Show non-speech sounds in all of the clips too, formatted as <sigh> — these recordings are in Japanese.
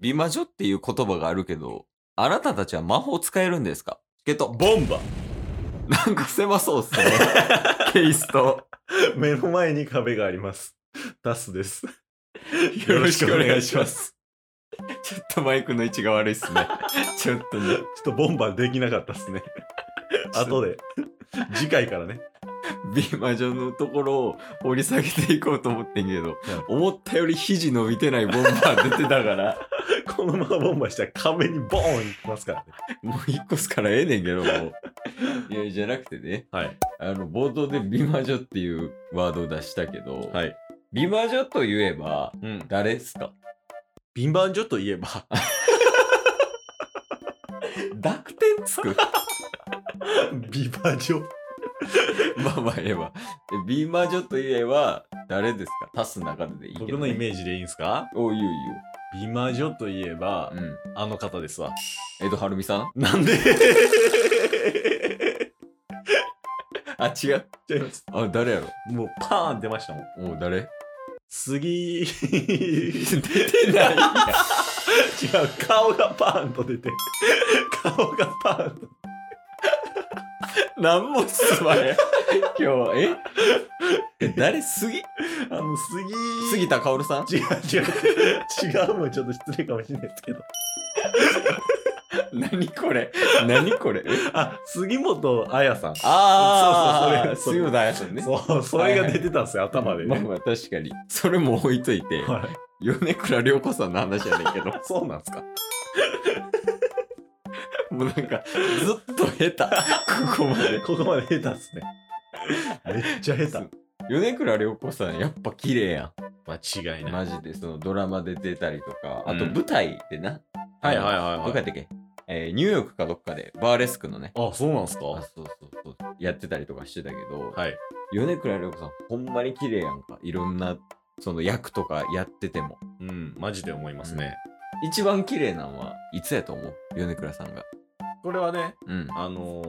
美魔女っていう言葉があるけど、あなたたちは魔法使えるんですかチケット。ボンバなんか狭そうっすね。 <laughs> ケイスト。目の前に壁があります。タスです。 <laughs> よろしくお願いします。ちょっとマイクの位置が悪いっすね。ちょっとねちょ。っとボンバーできなかったです <laughs> ね。後で。次回からね。美魔女のところを掘り下げていこうと思ってんけど、思ったより肘伸びてないボンバー出てたから、このままボンバーしたら壁にボーンいきますからね。もう引っ越すからええねんけど、もう。いや、じゃなくてね、はい。あの、冒頭で美魔女っていうワードを出したけど、はい。美魔女といえば、うん。誰っすか貧乏女といえ <laughs> ば、濁点つ <laughs> くビバ女。まあまあ言えば。え美魔女といえば、誰ですか足す中ででいいけど、ね。僕のイメージでいいんすかおう、いいよ美魔女といえばいい、よ。うん。あの方ですわ。江戸晴美さんなん <laughs> であ、違う。ちゃいますあ、誰やろもうパーン出ましたもん。おう、 <laughs> 誰次出てないやん。違う顔がパーンと出て顔がパーンと <laughs> なんもすまへん。今日は、ええ誰杉あの杉杉田薫さん違う違う違うもんちょっと失礼かもしれないですけど何これ何こ <laughs> れえあ杉本彩さんああ、そうそう杉それ本彩さんね。そうそれが出てたんですよ、頭でまあね、まあ確かに。それも置いといて、はい、米倉涼子さんの話やねんけど、そうなんですかもうなんか、ずっと下手。ここまで。ここまで下手っすねめっちゃ下米倉涼子さん、やっぱ綺麗や手間違いん。いマジで、そのドラマで出たりとか、うんあと舞台でな。はいはいい。はどっかやっいはいたっけえーニューヨークかどっかで、バーレスクのね。あそうなんですかあそうそうそうやってたりとかしてたけど、はい米倉涼子さんほんまに綺麗やんかいろんなその役とかやっててもうんマジで思いますね、一番綺麗なんはいつやと思う米倉さんがこれはねうんあのー、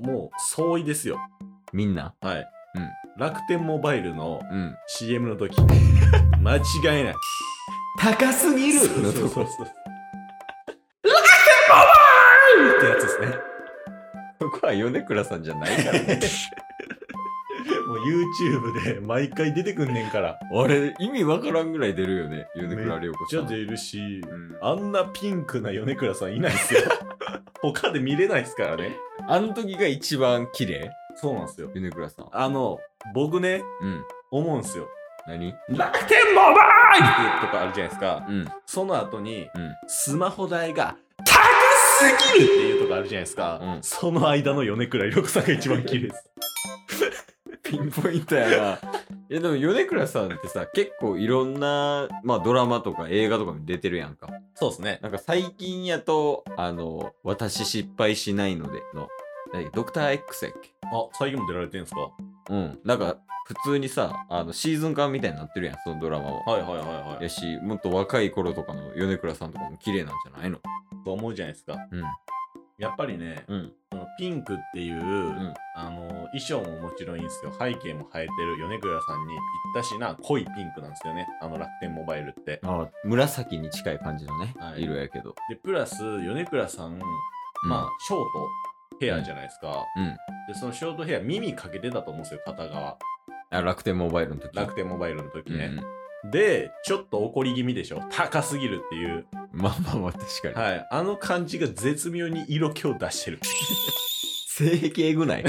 もう相違ですよみんなはい、うん楽天モバイルのうん CM の <laughs> 時間違いない高すぎるのとこうそう楽天モバイルってやつですねそこは米倉さんじゃないから <laughs> ねもう YouTube で毎回出てくんねんからあれ意味わからんぐらい出るよね米倉涼子じさゃん出るしうんあんなピンクな米倉さんいないっ <laughs> すよ他で見れないっすからねあの時が一番綺麗そうなんすよ米倉さんあの僕ねうん思うんすよ何楽天モバイルとかあるじゃないですかうんその後にうんスマホ代が高すぎるっていうとこあるじゃないですか、うんその間の米倉涼子さんが一番綺麗ですピンポイントやな。 <laughs> いやでも米倉さんってさ結構いろんな、まあ、ドラマとか映画とかに出てるやんかそうですねなんか最近やとあの「私失敗しないので」の何ドクター X やっけあ最近も出られてるんですかはうんなんか普通にさあのシーズン間みたいになってるやんそのドラマは、いはいはいはいやしもっと若い頃とかの米倉さんとかも綺麗なんじゃないのと思うじゃないですかうんやっぱりね、うんそのピンクっていう、んあの衣装ももちろんいいんですよ背景も生えてる米倉さんにぴったしな濃いピンクなんですよねあの楽天モバイルってあ紫に近い感じのね、はい色やけど、でプラス米倉さんまあショートヘアじゃないですか、うんうんでそのショートヘア耳かけてたと思うんですよ片側ああ楽天モバイルの時楽天モバイルの時ね、うんうんで、ちょっと怒り気味でしょ。高すぎるっていう。まあまあまあ確かに、はい。あの感じが絶妙に色気を出してる。 <laughs> 性癖えぐない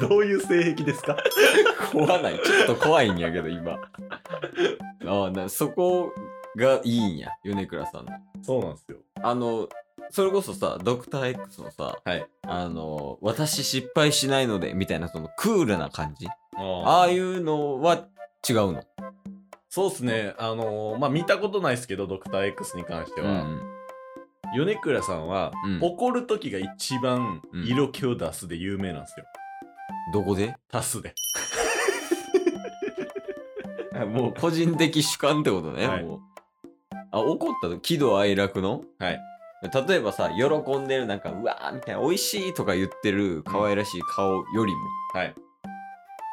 どういう性癖ですか <laughs> 怖ない。ちょっと怖いんやけど、今。ああ、な、そこがいいんや、米倉さんの。そうなんですよ。あの、それこそさ、ドクター X のさ、はい。あの、私失敗しないので、みたいな、そのクールな感じ。ああああいいうう。のは違うの。そうっすね。あのーまあ、見たことないですけど、ドクター X に関してうんうは。ん。米倉さんは、うん怒る時が一番うん色気を出すで有名なんですよ。どこ <laughs> で足すで。もう個人的主観ってことね、はいもう。あ、怒ったの喜怒哀楽のはい。例えばさ、喜んでるなんか、うわーみたいな、美味しいとか言ってる可愛らしい顔よりも、はい。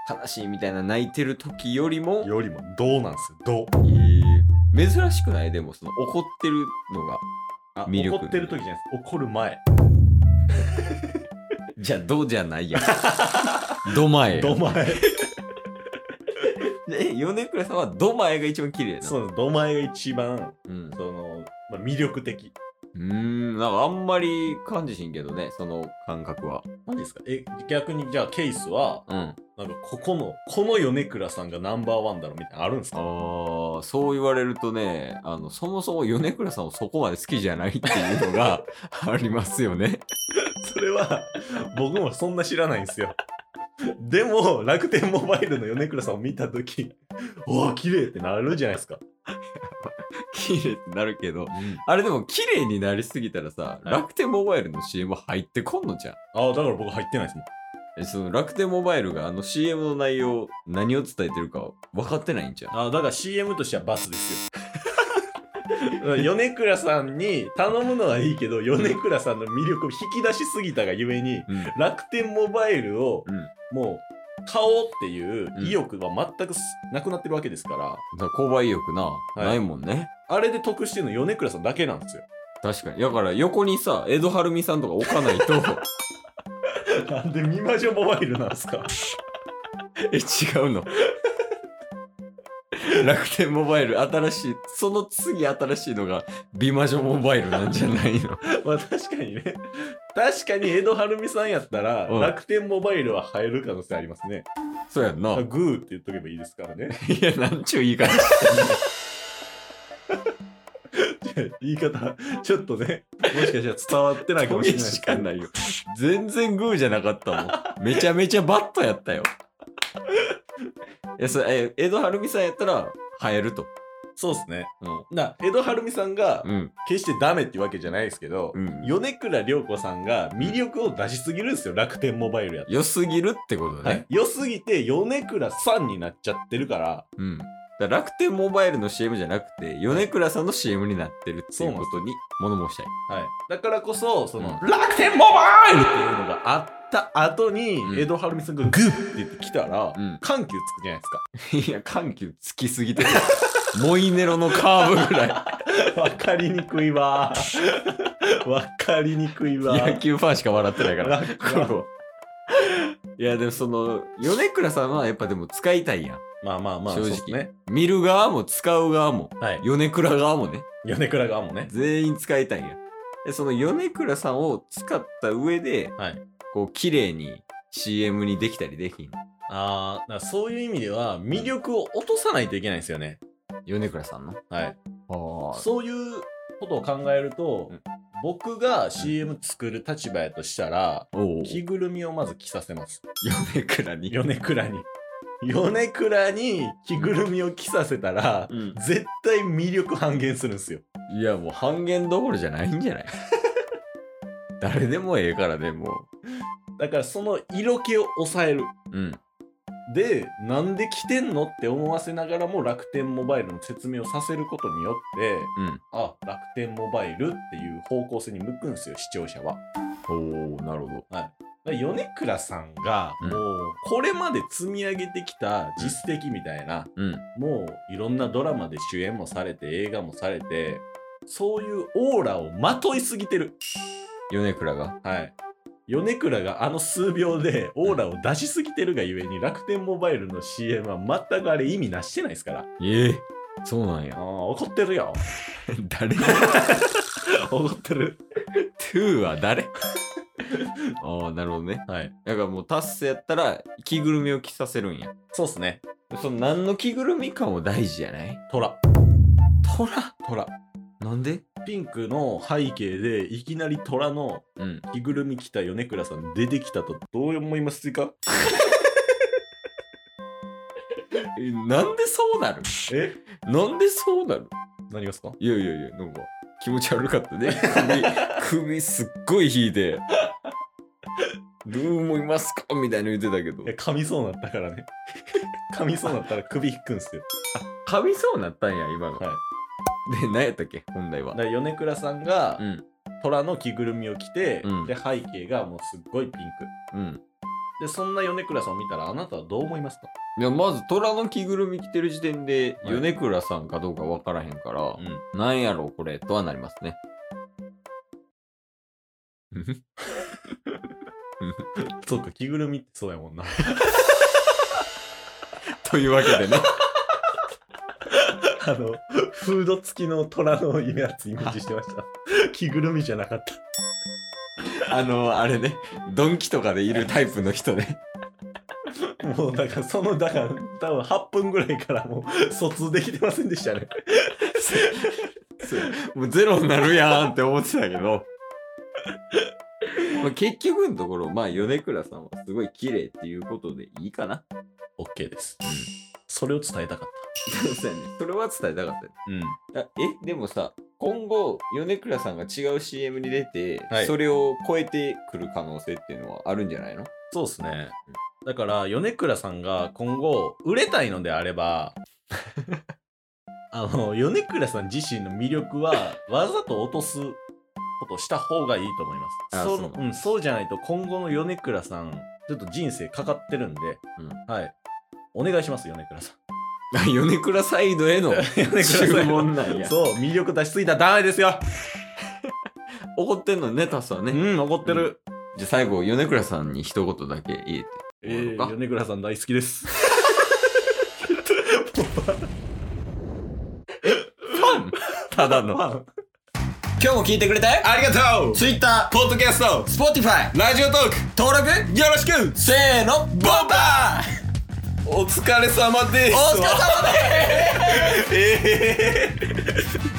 悲しいみたいな泣いてる時よりも、よりも、どうなんですよ。どう。えー珍しくないでもその怒ってるのがあ魅力怒ってる時じゃないです怒る前じゃあどうじゃない <laughs> やんど前 <laughs> ど前え米倉さんはど前が一番綺麗な、そうのど前が一番うん、その、まあ、魅力的うーんなんかあんまり感じしんけどねその感覚はマジですかえ逆にじゃあケースはうんあなんかここのこの米倉さんがナンバーワンだろみたいなのあるんですかーそう言われるとねあのそもそも米倉さんをそこまで好きじゃないっていうのがありますよね <laughs> それは僕もそんな知らないんですよでも楽天モバイルの米倉さんを見た時おお綺麗ってなるじゃないですか、綺麗ってなるけどあれでも綺麗になりすぎたらさ、い楽天モバイルの CM 入ってこんのじゃんああだから僕入ってないですもんえその楽天モバイルがあの CM の内容何を伝えてるか分かってないんじゃんあーだから CM としてはバスですよ <laughs> 米倉さんに頼むのはいいけど米倉さんの魅力を引き出しすぎたがゆえにうん楽天モバイルをうんもう買おうっていう意欲は全くすなくなってるわけですから、だから購買意欲な、いないもんねあれで得してるの米倉さんだけなんですよ。 <laughs> 確かにだから横にさ江戸晴美さんとか置かないとなんで美魔女モバイルなんですか <laughs> え違うの楽天モバイル新しいその次新しいのが美魔女モバイルなんじゃないの <laughs> <laughs> まあ確かにね。確かに江戸晴美さんやったら、うん楽天モバイルは入る可能性ありますね。そうやんなあグーって言っとけばいいですからね。いやなんちゅう言い方 <laughs> 言い方、ちょっとね、もしかしたら伝わってないかもしれないですしけかどないよ全然グーじゃなかったもんめちゃめちゃバットやったよ <laughs> いやそれえ江戸晴美さんやったら映えるとそうですね。うんな江戸晴美さんがうん決してダメってわけじゃないですけど、うん米倉涼子さんが魅力を出しすぎるんですよ、楽天モバイルやったら良すぎるってことね、はい、良すぎて米倉さんになっちゃってるからうん。だから楽天モバイルの CM じゃなくて、米倉さんの CM になってるっていうことに物申したい。はい、だからこそその、う楽天モバイルっていうのがあった後に、うん江戸晴美さんがグッって言ってきたら、うん緩急つくじゃないですか。いや、緩急つきすぎてる。 <laughs> モイネロのカーブぐ <laughs> らわかりにくい <laughs> わ。わかりにくいわ。い。野球ファンしか笑ってないから。楽これはいや、でもその、米倉さんはやっぱでも使いたいやん。まあまあまあ、正直そうっすね。見る側も使う側も、はい。米倉側もね、米倉側もね。全員使いたいやん。でその米倉さんを使った上で、はいこう、綺麗に CM にできたりできんの。ああ、だからそういう意味では、魅力を落とさないといけないんですよね。米倉さんの。はい。あそういうことを考えると、うん僕が CM 作る立場やとしたら、おう着ぐるみをまず着させます。米倉に。米倉に。米倉に着ぐるみを着させたら、うん絶対魅力半減するんですよ。いや、もう半減どころじゃないんじゃない <laughs> 誰でもええからね、もだからその色気を抑える。う。うん。で、なんで着てんのって思わせながらも楽天モバイルの説明をさせることによって、うん。あ、楽天モバイルっていう方向性に向くんですよ、視聴者は。おおなるほど。だから米倉さんが、うんもう、これまで積み上げてきた実績みたいな、うん。もういろんなドラマで主演もされて映画もされてそういうオーラをまといすぎてる米倉が。はい米倉があの数秒でオーラを出しすぎてるがゆえに楽天モバイルの CM は全くあれ意味なしてないですからええそうなんあや <laughs> ー。怒ってるよ誰怒ってる ?2 は誰 <laughs> ああ、なるほどね。はいだからもうタッスやったら着ぐるみを着させるんや。そうっすねその何の着ぐるみかも大事じゃない虎トラトラなんでピンクの背景でいきなり虎のうん。着ぐるみ着た米倉さん出てきたとどう思いますかえなんでそうなる <laughs> えなんでそうなる何がですかいやいやいや、なんか気持ち悪かったね。 <laughs> 首、首すっごい引いて。どう思いますかみたいな言ってたけどいや、。噛みそうなったからね。 <laughs> 噛みそうなったら首引くんすよ。噛みそうなったんや、今の。はいで、何やったっけ本題はだか。ら米倉さんがうん。虎の着ぐるみを着て、うんで背景がもうすっごいピンク。うん。で、そんな米倉さんを見たらあなたはどう思いますかいやまず虎の着ぐるみ着てる時点ではい米倉さんかどうか分からへんから、うん。なんやろこれとはなりますね。そうか、着ぐるみってそうやもんな。 <laughs> というわけでね。 <laughs> あの、フード付きの虎のイメージイメージしてました。 <laughs> 着ぐるみじゃなかった。 <laughs> あの、あれね、ドンキとかでいるタイプの人ね。もうだからそのだから多分8分ぐらいからもう疎通できてませんでしたね。もうゼロになるやんって思ってたけど。 <laughs> まあ結局のところ、まあ、米倉さんはすごい綺麗っていうことでいいかな。 OK です。それを伝えたかっそうやねそれは伝えたかったよた。うん。あえ、でもさ、今後、米倉さんが違う CM に出て、はいそれを超えてくる可能性っていうのはあるんじゃないのそうですね。だから米倉さんが今後売れたいのであれば <laughs> あの米倉さん自身の魅力はわざと落とすことをした方がいいと思います。あそそうううん、そうじゃないと今後の米倉さんちょっと人生かかってるんで、うはいお願いします米倉 <laughs> さん。あ米倉サイドへ <laughs> の米倉さん注文なんや。そう魅力出しすぎたらダメで <laughs> すよ。怒ってんのね、タスはね。うん怒ってる。じゃあ最後、米倉さんに一言だけ言えて。えー終わろうか米倉さん大好きです。 <laughs> ただの。あ今日も聞いてくれてありがとう Twitter、ポッドキャスト Spotify、ラジオトーク登録、よろしくせーの、ボンバーお疲れ様ですお疲れ様ですえー